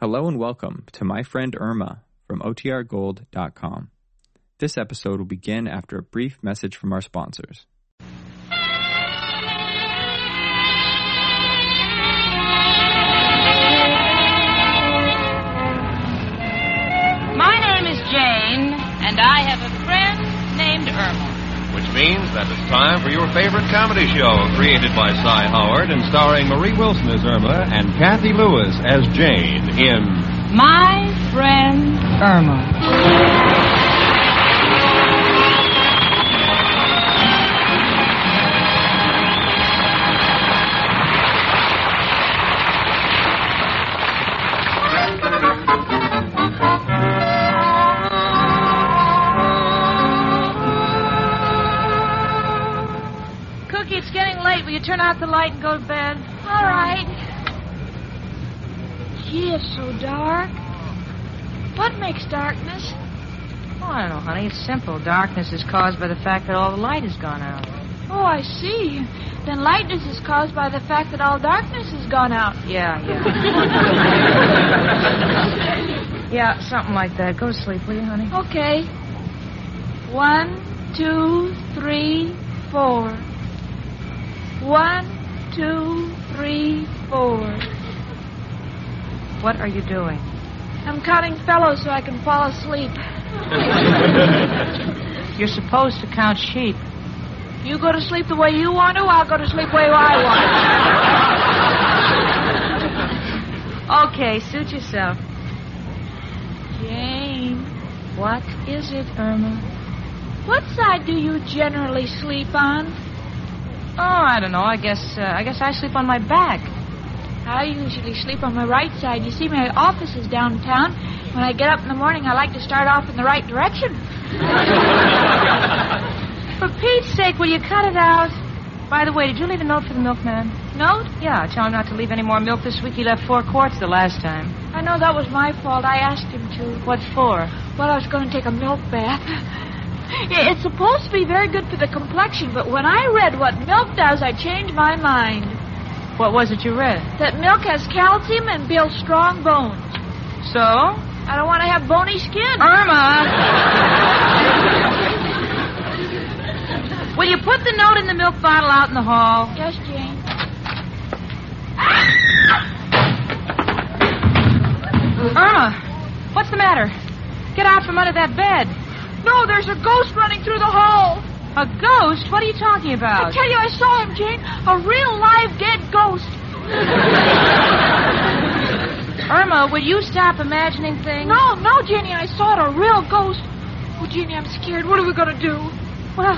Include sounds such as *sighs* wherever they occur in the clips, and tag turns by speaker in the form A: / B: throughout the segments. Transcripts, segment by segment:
A: Hello and welcome to my friend Irma from OTRGold.com. This episode will begin after a brief message from our sponsors.
B: My name is Jane, and I have a friend named Irma.
C: Which means that it's time for your favorite comedy show, created by Cy Howard and starring Marie Wilson as Irma and Kathy Lewis as Jane in.
B: My friend Irma. Cookie, it's getting late. Will you turn out the light and go to bed? All right.
D: Gee, it's so dark. What makes darkness?
B: Oh, I don't know, honey. It's simple. Darkness is caused by the fact that all the light has gone out.
D: Oh, I see. Then lightness is caused by the fact that all darkness has gone out.
B: Yeah, yeah. yeah, something like that. Go to sleep, will you, honey?
D: Okay. One, two, three, four. One, two, three, four.
B: What are you doing?
D: I'm counting fellows so I can fall asleep.
B: You're supposed to count sheep.
D: You go to sleep the way you want to, I'll go to sleep the way I want.
B: Okay, suit yourself.
D: Jane,
B: What?
D: is it, Irma? What side do you generally sleep on?
B: Oh, I don't know. I guess uh, I guess I sleep on my back.
D: I usually sleep on my right side. You see, my office is downtown. When I get up in the morning, I like to start off in the right direction.
B: For Pete's sake, will you cut it out? By the way, did you leave a note for the milkman?
D: Note?
B: Yeah, tell him not to leave any more milk this week. He left four quarts the last time.
D: I know that was my fault. I asked him to.
B: What for?
D: Well, I was going to take a milk bath. *laughs* I- It's supposed to be very good for the complexion, but when I read what milk does, I changed my mind.
B: What was it you read?
D: That milk has calcium and builds strong bones.
B: So?
D: I don't want to have bony skin. *laughs*
B: Irma! will you put the note in the milk bottle out in the hall?
D: Yes, Jane.
B: Irma, what's the matter? Get out from under that bed.
D: No, there's a ghost running through the hall.
B: A ghost? What are you talking
D: I
B: about?
D: tell you, I saw him, Jane. A real live dead ghost.
B: *laughs* Irma, will you stop imagining things?
D: No, no, Jenny, I saw it, a real ghost. Oh, Jenny, I'm scared. What are we going to do?
B: Well,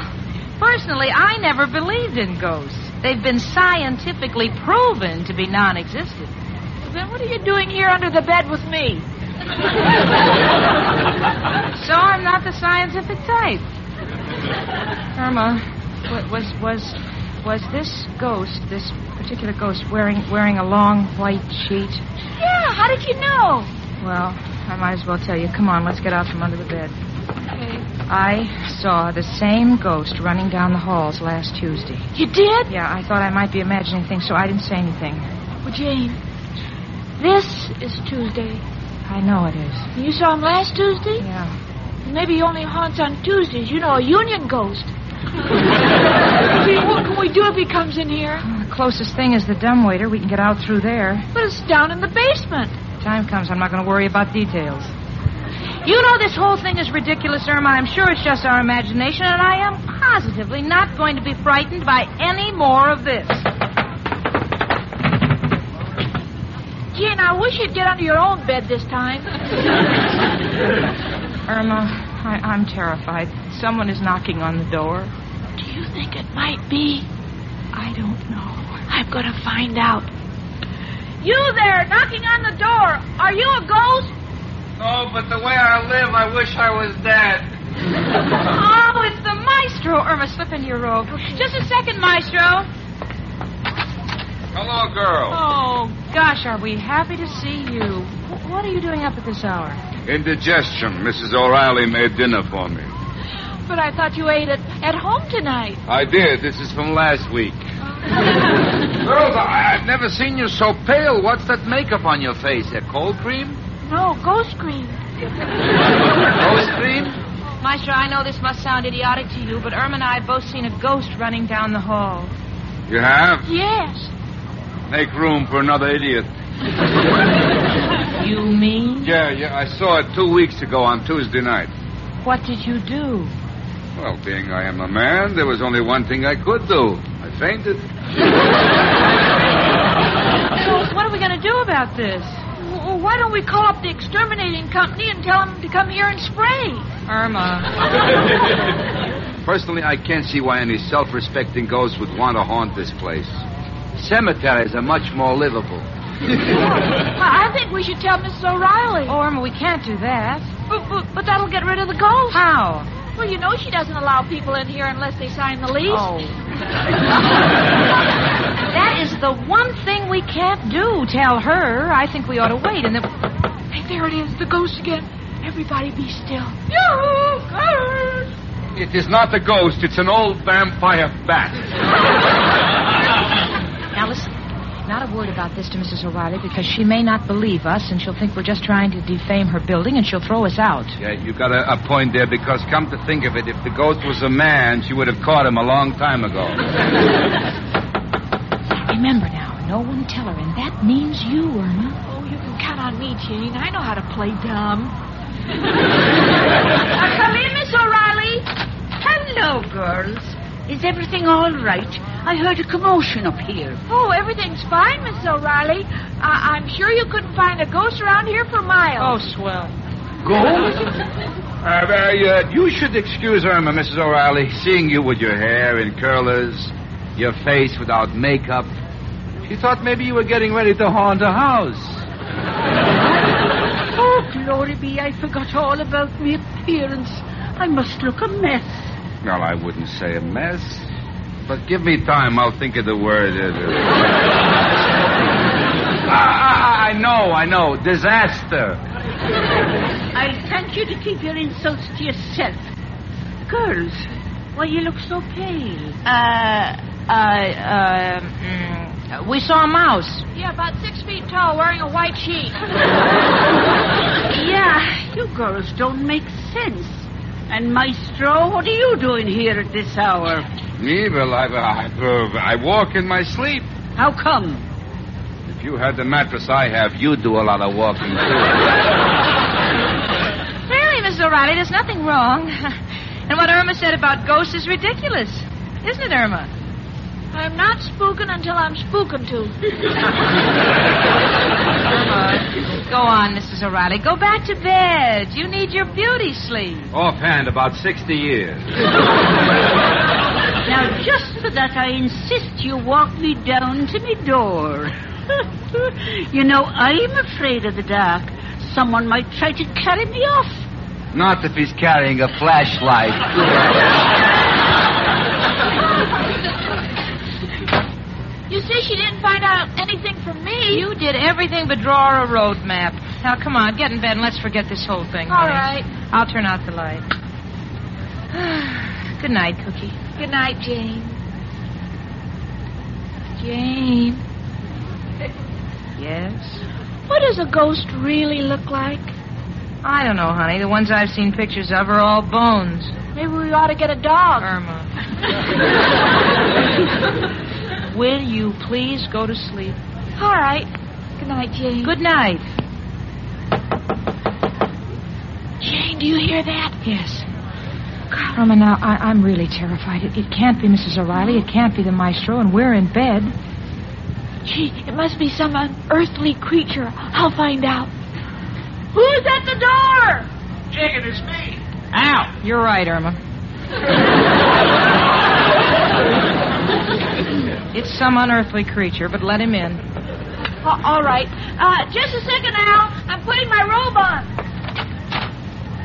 B: personally, I never believed in ghosts. They've been scientifically proven to be non existent.
D: Then what are you doing here under the bed with *laughs* me?
B: So I'm not the scientific type. Irma, wa- was was was this ghost, this particular ghost, wearing wearing a long white sheet?
D: Yeah, how did you know?
B: Well, I might as well tell you. Come on, let's get out from under the bed.
D: Okay.
B: I saw the same ghost running down the halls last Tuesday.
D: You did?
B: Yeah, I thought I might be imagining things, so I didn't say anything.
D: Well, Jane, this is Tuesday.
B: I know it is.
D: You saw him last Tuesday?
B: Yeah.
D: Maybe he only haunts on Tuesdays. You know, a union ghost. Gee, what can we do if he comes in here?
B: The closest thing is the dumbwaiter. We can get out through there.
D: But it's down in the basement.
B: Time comes, I'm not going to worry about details. You know this whole thing is ridiculous, Irma. I'm sure it's just our imagination, and I am positively not going to be frightened by any more of this.
D: Jane, I wish you'd get under your own bed this time.
B: Irma, I, I'm terrified. Someone is knocking on the door.
D: Do you think it might be?
B: I don't know.
D: I'm going to find out. You there, knocking on the door. Are you a ghost?
E: Oh, but the way I live, I wish I was dead.
B: Oh, it's the maestro. Irma, slip into your robe. Just a second, maestro.
E: Hello, girl.
B: Oh, gosh, are we happy to see you. Wh- What are you doing up at this hour?
F: Indigestion. Mrs. O'Reilly made dinner for me.
D: But I thought you ate it at home tonight.
F: I did. This is from last week.
G: Girls, I, I've never seen you so pale. What's that makeup on your face? A cold cream?
D: No, ghost cream.
G: Ghost cream?
B: Maestro, I know this must sound idiotic to you, but Irma and I have both seen a ghost running down the hall.
H: You have?
D: Yes.
H: Make room for another idiot.
B: You mean?
H: Yeah, yeah, I saw it two weeks ago on Tuesday night.
B: What did you do?
H: Well, being I am a man, there was only one thing I could do. I fainted.
B: So, what are we going to do about this?
D: W- why don't we call up the exterminating company and tell them to come here and spray?
B: Irma.
H: Personally, I can't see why any self-respecting ghost would want to haunt this place. Cemeteries are much more livable.
D: I I think we should tell Mrs. O'Reilly.
B: Oh, Irma, we can't do that.
D: But, but, but that'll get rid of the ghost.
B: How?
D: Well, you know she doesn't allow people in here unless they sign the lease.
B: Oh. *laughs* that is the one thing we can't do. Tell her. I think we ought to wait. And then.
D: Hey, there it is, the ghost again. Everybody be still. Yoo-hoo,
B: Ah!
D: ghost!
H: It is not a ghost. It's an old vampire bat.
B: Now listen, not a word about this to Mrs. O'Reilly because she may not believe us and she'll think we're just trying to defame her building and she'll throw us out.
H: Yeah, you got a, a point there because, come to think of it, if the ghost was a man, she would have caught him a long time ago.
B: Remember now, no one tell her, and that means you, Irma.
D: Oh, you can count on me, Jane. I know how to play *laughs* dumb.
B: Uh, come in, Miss O'Reilly. Hello, girls. Is everything all right? I heard a commotion up here.
D: Oh, everything's fine, Mrs. O'Reilly. I- I'm sure you couldn't find a ghost around here for
B: Oh,
D: miles.
B: swell.
H: Ghost? Uh, uh, you should excuse Irma, Mrs. O'Reilly, seeing you with your hair in curlers, your face without makeup. She thought maybe you were getting ready to haunt a house.
I: *laughs* Oh, glory be, I forgot all about my appearance. I must look a mess.
H: Well, I wouldn't say a mess, but give me time. I'll think of the word. Uh, *laughs* uh, I, I- I know, I know. Disaster.
I: I'll thank you to keep your insults to yourself. Girls, why you look so pale?
B: Uh, uh, uh, mm, we saw a mouse.
D: Yeah, about six feet tall, wearing a white sheet.
B: *laughs*
I: Yeah, you girls don't make sense. And Maestro, what are you doing here at this hour?
H: Me, well, I, I, uh, I walk in my sleep.
I: How come?
H: If you had the mattress I have, you do a lot of walking, too.
B: Really, Mrs. O'Reilly, there's nothing wrong. *laughs* and what Irma said about ghosts is ridiculous. Isn't it, Irma?
D: I'm not spooking until I'm spooking to.
B: Irma, go on, Mrs. O'Reilly. Go back to bed. You need your beauty sleep.
H: Offhand, about 60 years.
I: Now, just for that, I insist you walk me down to me door. *laughs* you know, I'm afraid of the dark. Someone might try to carry me off.
H: Not if he's carrying a flashlight.
D: You see, she didn't find out anything from me.
B: You did everything but draw her a road map. Now, come on, get in bed and let's forget this whole thing.
D: All
B: honey.
D: right.
B: I'll turn out the light. *sighs* Good night, Cookie.
D: Good night, Jane. Jane,
B: Yes?
D: what does a ghost really look like?
B: I don't know, honey. The ones I've seen pictures of are all bones.
D: Maybe we ought to get a
I: *laughs*
D: dog.
B: Irma. *laughs* Will you please go to sleep?
D: All right. Good night, Jane.
B: Good night.
D: Jane, do you hear that?
B: Yes. God, Irma, now I, I'm really terrified. It, it can't be Mrs. O'Reilly. It can't be the maestro, and we're in bed.
D: Gee, it must be some unearthly creature. I'll find out. Who's at the door?
G: Jiggin, it's me.
B: Ow! You're right, Irma. it's some unearthly creature, but let him in.
D: A- all right. Uh, just a second, Al. I'm putting my robe on.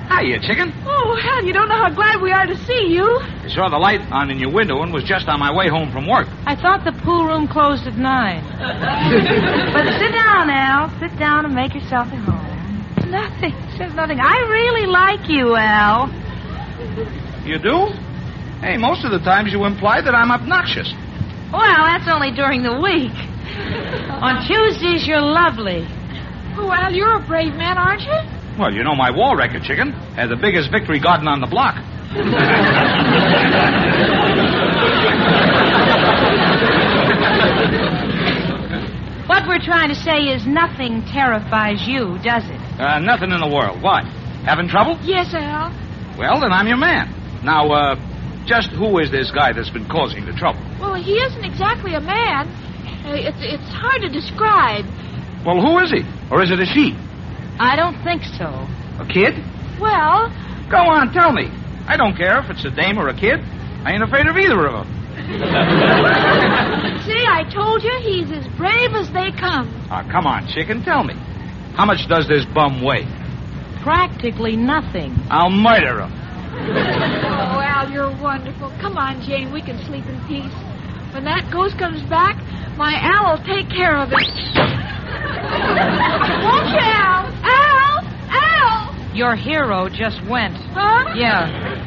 G: Hiya, chicken.
D: Oh, Al, you don't know how glad we are to see you.
G: I saw the light on in your window and was just on my way home from work.
B: I thought the pool room closed at
D: *laughs*
B: nine. but sit down, Al. Sit down and make yourself at home. Nothing. Says nothing. I really like you, Al.
G: You do? Hey, most of the times you imply that I'm obnoxious.
B: Well, that's only during the week. On Tuesdays, you're lovely.
D: Oh, Al, you're a brave man, aren't you?
E: Well, you know my wall record, chicken. Had the biggest victory garden on the block.
B: What we're trying to say is nothing terrifies you, does it?
E: Uh, nothing in the world. Why? Having trouble?
D: Yes, Al.
E: Well, then I'm your man. Now, uh, just who is this guy that's been causing the trouble?
D: Well, he isn't exactly a man. Uh, It's, it's hard to describe.
E: Well, who is he? Or is it a she?
B: I don't think so.
E: A kid?
D: Well,
E: Go on, tell me. I don't care if it's a dame or a kid. I ain't afraid of either of them.
D: see, I told you he's as brave as they come.
E: Ah, come on, chicken, tell me. How much does this bum weigh?
B: Practically nothing.
E: I'll murder him.
D: Oh, Al, you're wonderful. Come on, Jane, we can sleep in peace. When that ghost comes back, my Al will take care of it. *laughs* Won't you, Al? Al? Al?
B: Your hero just went.
D: Huh?
B: Yeah.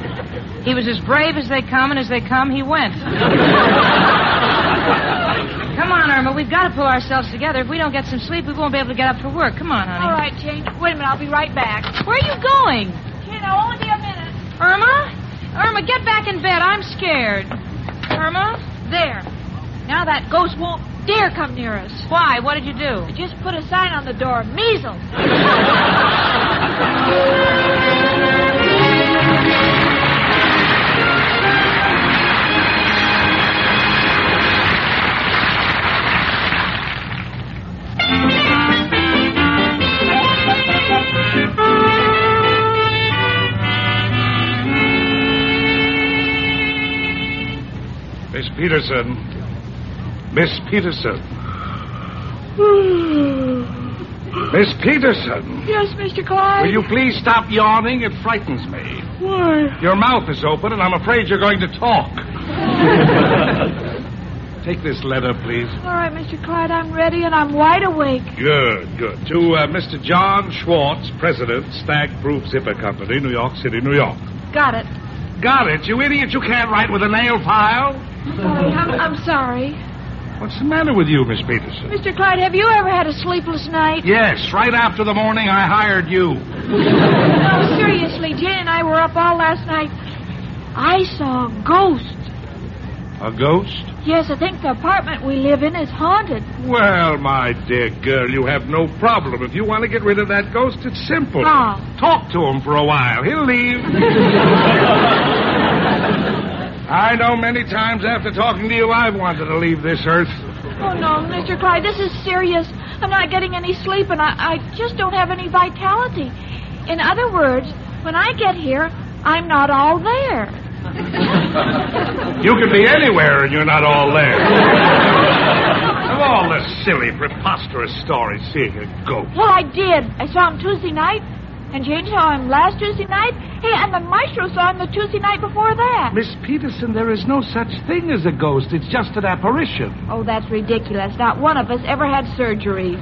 B: He was as brave as they come, and as they come, he went. Come on, Irma. We've got to pull ourselves together. If we don't get some sleep, we won't be able to get up for work. Come on, honey.
D: All right, Jane. Wait a minute, I'll be right back.
B: Where are you going?
D: Jane, I'll only be a minute.
B: Irma? Irma, get back in bed. I'm scared. Irma?
D: There. Now that ghost won't dare come near us.
B: Why? What did you do?
D: Just put a sign on the door. Measles. *sighs*
H: Miss Peterson. Miss Peterson. Miss Peterson,
D: Yes, Mr. Clyde.
H: will you please stop yawning? It frightens me.
D: Why?
H: Your mouth is open, and I'm afraid you're going to *laughs* talk. Take this letter, please.
D: All right, Mr. Clyde, I'm ready and I'm wide awake.
H: Good, good. To uh, Mr. John Schwartz, President, Stag Proof Zipper Company, New York City, New York.
B: Got it.
H: Got it, you idiot. You can't write with a nail file.
D: Sorry, I'm, I'm sorry.
H: What's the matter with you, Miss Peterson?
D: Mr. Clyde, have you ever had a sleepless night?
H: Yes, right after the morning I hired you.
D: No, seriously, Jane and I were up all last night. I saw a ghost.
H: A ghost?
D: Yes, I think the apartment we live in is haunted.
H: Well, my dear girl, you have no problem. If you want to get rid of that ghost, it's simple.
D: How?
H: Talk to him for a while. He'll leave. I know many times after talking to you, I've wanted to leave this earth.
D: Oh, no, Mr. Clyde, this is serious. I'm not getting any sleep and I, I just don't have any vitality. In other words, when I get here, I'm not all there.
H: You could be anywhere and you're not all *laughs* there. of all the silly, preposterous stories, seeing a ghost.
D: Well, I did. I saw him Tuesday night, and Jane saw him last Tuesday night. Hey, and the maestro saw him the Tuesday night before that.
H: Miss Peterson, there is no such thing as a ghost. It's just an apparition.
D: Oh, that's ridiculous. Not one of us ever had surgery.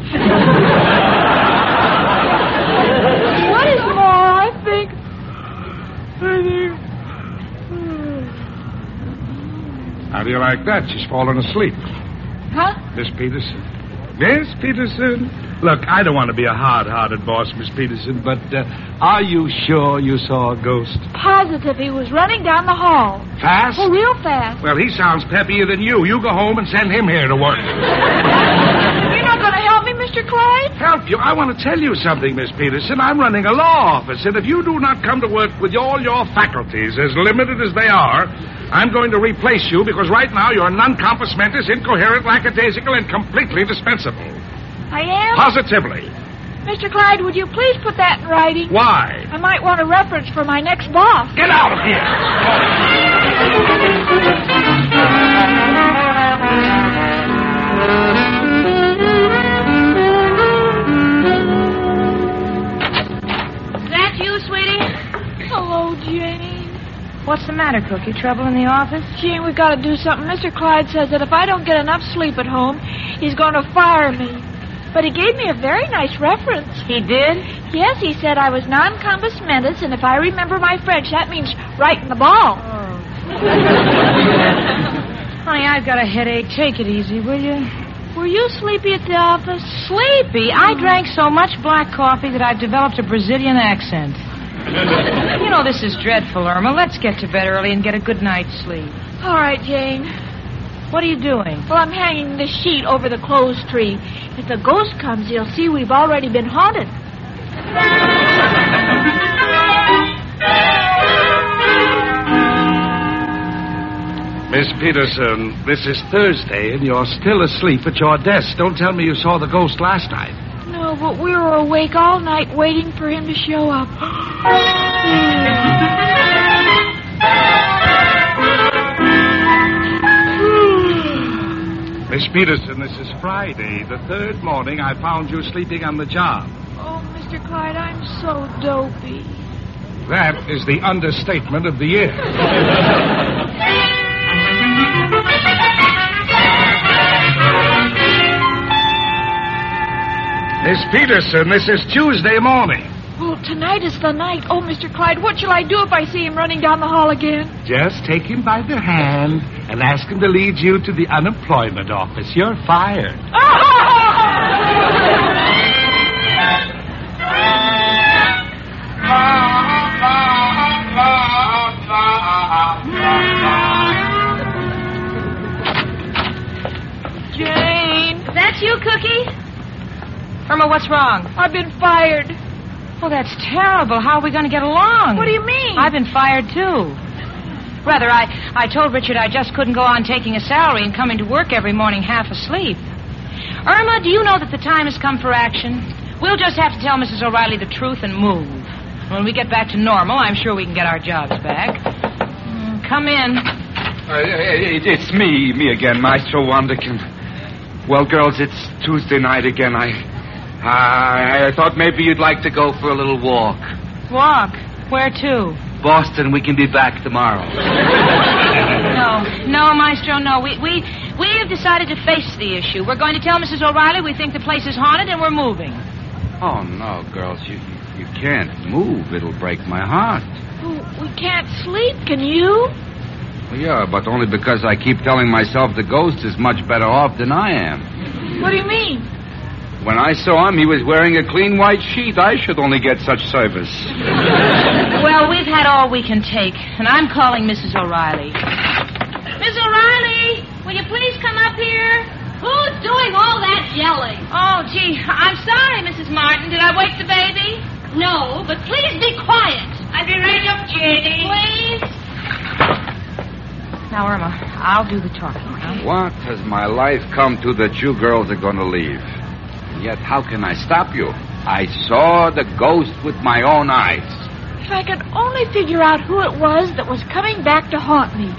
D: what is more, I think. I think.
H: How do you like that? She's fallen asleep.
D: Huh?
H: Miss Peterson. Miss Peterson. Look, I don't want to be a hard-hearted boss, Miss Peterson, but uh, are you sure you saw a ghost?
D: Positive he was running down the hall.
H: Fast?
D: Oh, real fast.
H: Well, he sounds peppier than you. You go home and send him here to work.
D: You're not going to help me, Mr. Clyde?
H: Help you. I want to tell you something, Miss Peterson. I'm running a law office, and if you do not come to work with all your faculties, as limited as they are, I'm going to replace you because right now you're non-compass mentis, incoherent, lackadaisical, and completely dispensable.
D: I am.
H: Positively.
D: Mr. Clyde, would you please put that in writing?
H: Why?
D: I might want a reference for my next boss.
H: Get out of here!
B: That you, sweetie?
D: Hello, Jane.
B: What's the matter, Cookie? Trouble in the office?
D: Jane, we've got to do something. Mr. Clyde says that if I don't get enough sleep at home, he's going to fire me. But he gave me a very nice reference.
B: He did?
D: Yes, he said I was non-compass mentis, and if I remember my French, that means right in the ball.
B: Oh. *laughs* Honey, I've got a headache. Take it easy, will you?
D: Were you sleepy at the office?
B: Sleepy. I drank so much black coffee that I've developed a Brazilian accent. you know this is dreadful, Irma. Let's get to bed early and get a good night's sleep.
D: All right, Jane.
B: What are you doing?
D: Well, I'm hanging the sheet over the clothes tree. If the ghost comes, he'll see we've already been haunted.
H: Miss Peterson, this is Thursday, and you're still asleep at your desk. Don't tell me you saw the ghost last night.
D: No, but we were awake all night waiting for him to show up. *gasps*
H: Miss Peterson, this is Friday, the third morning I found you sleeping on the job.
D: oh, Mr. Clyde, I'm so dopey.
H: That is the understatement of the year. Miss Peterson, this is Tuesday morning.
D: Well, tonight is the night. Oh, Mr. Clyde, what shall I do if I see him running down the hall *laughs* again?
H: Just take him by the hand and ask him to lead you to the unemployment office. You're fired.
D: Jane,
J: That's you, Cookie?
B: Irma, what's wrong?
D: I've been fired.
B: Well, that's terrible. How are we going to get along?
D: What do you mean?
B: I've been fired too. Rather, I, I told Richard I just couldn't go on taking a salary and coming to work every morning half asleep. Irma, do you know that the time has come for action? We'll just have to tell Mrs. O'Reilly the truth and move. When we get back to normal, I'm sure we can get our jobs back. Mm, Come in.
F: Uh, it- it's me, me again, Maestro Wanderkin. Well, girls, it's Tuesday night again. I, I, I thought maybe you'd like to go for a little walk.
B: Walk. Where to?
F: Boston, we can be back tomorrow.
B: No, no, Maestro, no. We, we, we have decided to face the issue. We're going to tell Mrs. O'Reilly we think the place is haunted and we're moving.
F: Oh no, girls, you you can't move. It'll break my heart.
D: Well, We can't sleep, can you?
F: Well, yeah, but only because I keep telling myself the ghost is much better off than I am.
D: What do you mean?
F: When I saw him, he was wearing a clean white sheet. I should only get such service.
B: Well, we've had all we can take, and I'm calling Mrs. O'Reilly.
J: Miss O'Reilly, will you please come up here? Who's doing all that yelling?
B: Oh, gee, I'm sorry, Mrs. Martin. Did I wake the baby?
J: No, but please be quiet. I'll be right up, Jenny. Please.
B: Now, Irma, I'll do the talking. Huh?
F: What has my life come to that you girls are going to leave? And yet, how can I stop you? I saw the ghost with my own eyes.
D: If I could only figure out who it was that was coming back to haunt me.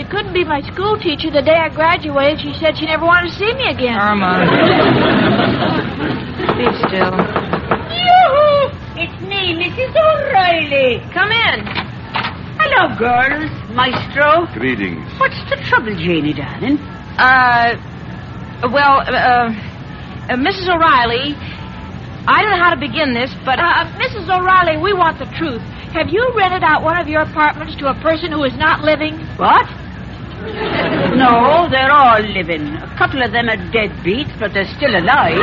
D: It couldn't be my school teacher the day I graduated. She said she never wanted to see me again.
B: Uh. Irma. Be still.
J: Yoo-hoo! It's me, Mrs. O'Reilly.
B: Come in.
J: Hello, girls. Maestro.
F: Greetings.
J: What's the trouble, Janie, darling?
B: Uh, well, uh, uh, Mrs. O'Reilly, I don't know how to begin this, but
D: Uh, Mrs. O'Reilly, we want the truth. Have you rented out one of your apartments to a person who is not living?
J: What? no, they're all living. A couple of them are deadbeats, but they're still alive.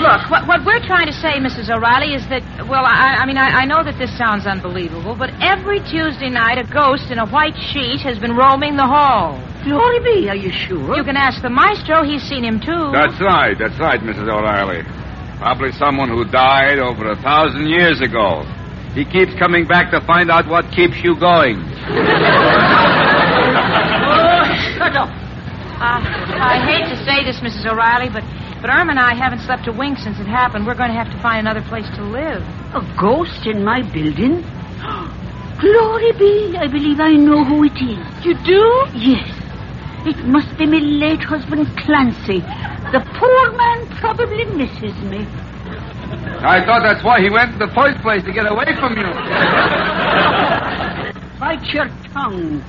B: Look, what, what we're trying to say, Mrs. O'Reilly, is that, well, I, I mean, I, I know that this sounds unbelievable, but every Tuesday night, a ghost in a white sheet has been roaming the hall.
J: Glory be, are you sure?
B: You can ask the maestro, he's seen him too.
F: That's right. That's right, Mrs. O'Reilly. Probably someone who died over a thousand years ago. He keeps coming back to find out what keeps you going.
J: Shut up.
B: Uh, I hate to say this, Mrs. O'Reilly, but, but Irma and I haven't slept a wink since it happened. We're going to have to find another place to live.
J: A ghost in my building? *gasps* Glory be, I believe I know who it is. You do? Yes. It must be my late husband, Clancy. The poor man probably misses me.
F: I thought that's why he went in the first place to get away from you.
J: Bite your tongue.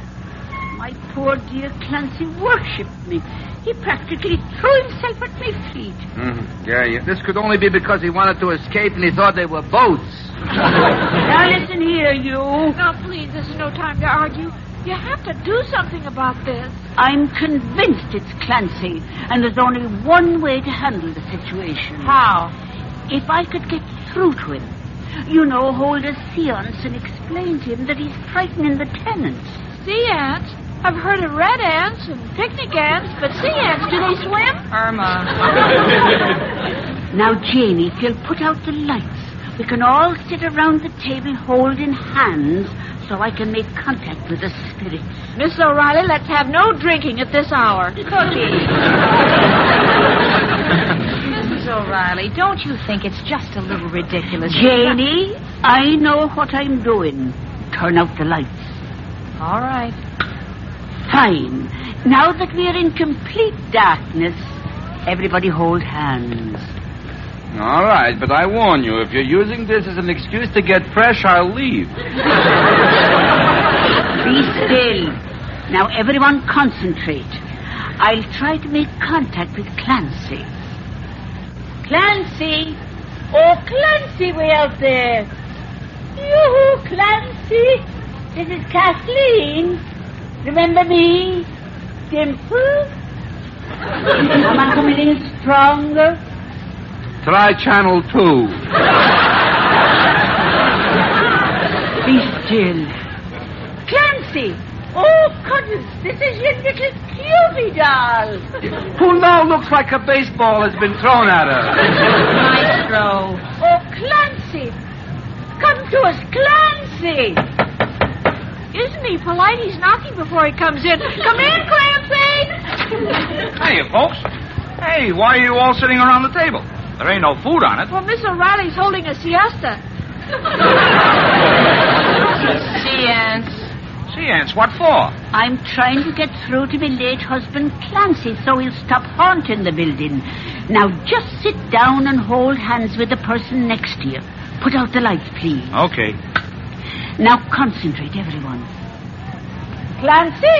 J: My poor dear Clancy worshipped me. He practically threw himself at my feet.
F: Mm-hmm. Yeah, yeah, this could only be because he wanted to escape and he thought they were boats.
J: Now listen here, you.
D: Now, please, this is no time to argue. You have to do something about this.
J: I'm convinced it's Clancy, and there's only one way to handle the situation.
B: How?
J: If I could get through to him, you know, hold a seance and explain to him that he's frightening the tenants.
D: Sea ants. I've heard of red ants and picnic ants, but sea ants, do they swim?
B: Irma.
J: Now, Janie, if you'll put out the lights, we can all sit around the table holding hands so I can make contact with the spirits.
D: Miss O'Reilly, let's have no drinking at this hour.
B: Mrs. O'Reilly, don't you think it's just a little ridiculous?
J: Janie, I know what I'm doing. Turn out the lights.
B: All right.
J: Fine. Now that we are in complete darkness, everybody hold hands.
F: All right, but I warn you, if you're using this as an excuse to get fresh, I'll leave.
J: Be still. Now, everyone concentrate. I'll try to make contact with Clancy. Clancy! Oh, Clancy, way out there! You, Clancy! This is Kathleen. Remember me? Dimple? Am I coming in stronger?
F: Try Channel 2.
J: Be still. Clancy! Oh, goodness, this is your little Cupid doll.
F: Who now looks like a baseball has been thrown at her.
B: Maestro.
J: Oh, Clancy! Come to us, Clancy!
D: Isn't he polite? He's knocking before he comes in. Come in,
J: *laughs*
D: Clancy!
E: Hey, folks. Hey, why are you all sitting around the table? There ain't no food on it.
D: well, Miss O'Reilly's holding a siesta.
B: Sea ants.
E: Sea ants, what for?
J: I'm trying to get through to my late husband Clancy so he'll stop haunting the building. Now just sit down and hold hands with the person next to you. Put out the lights, please.
E: Okay.
J: Now concentrate, everyone. Clancy?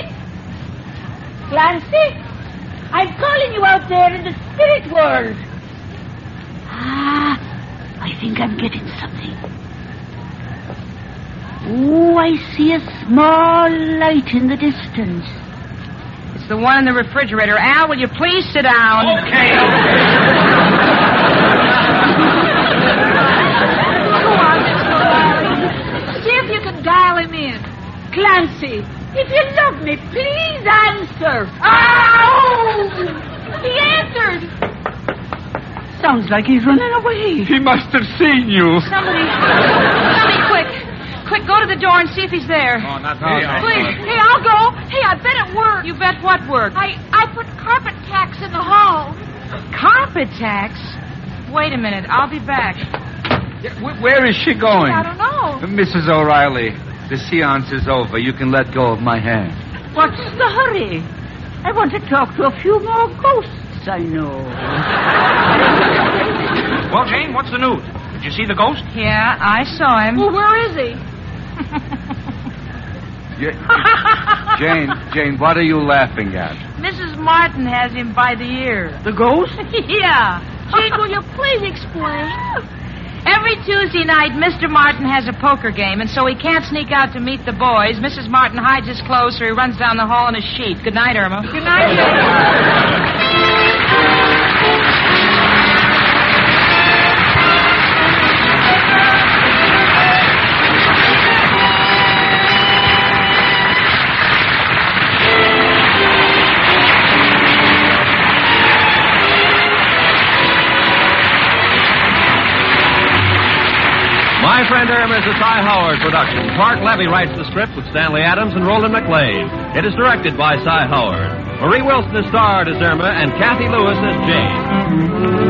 J: Clancy? I'm calling you out there in the spirit world. Ah, I think I'm getting something. Oh, I see a small light in the distance.
B: It's the one in the refrigerator. Al, will you please sit down?
E: Okay.
D: Go on, Miss O'Reilly. See if you can dial him in.
J: Clancy, if you love me, please answer. Ah! Ow!
D: He answered.
J: Sounds like he's running away.
F: He must have seen you.
B: Somebody. Somebody, quick. Quick, go to the door and see if he's there.
E: Oh, not now.
D: Please. Hey, I'll go. Hey, I bet it worked.
B: You bet what work?
D: I, I put carpet tacks in the hall.
B: Carpet tax? Wait a minute. I'll be back.
F: Where is she going?
D: I don't know.
F: Mrs. O'Reilly, the seance is over. You can let go of my hand.
J: What's the hurry? I want to talk to a few more ghosts I know.
E: Well, Jane, what's the news? Did you see the ghost?
B: Yeah, I saw him. *laughs*
D: Well, where is he?
F: Jane, Jane, what are you laughing at?
B: Mrs. Martin has him by the ear. The ghost? *laughs* yeah. *laughs*
D: Jane, will you please explain?
B: Every Tuesday night, Mr. Martin has a poker game, and so he can't sneak out to meet the boys. Mrs. Martin hides his clothes, so he runs down the hall in a sheet. Good night, Irma. Good night,
C: My Friend Irma is a Cy Howard production. Clark Levy writes the script with Stanley Adams and Roland McLean. It is directed by Cy Howard. Marie Wilson is starred as Irma and Kathy Lewis as Jane.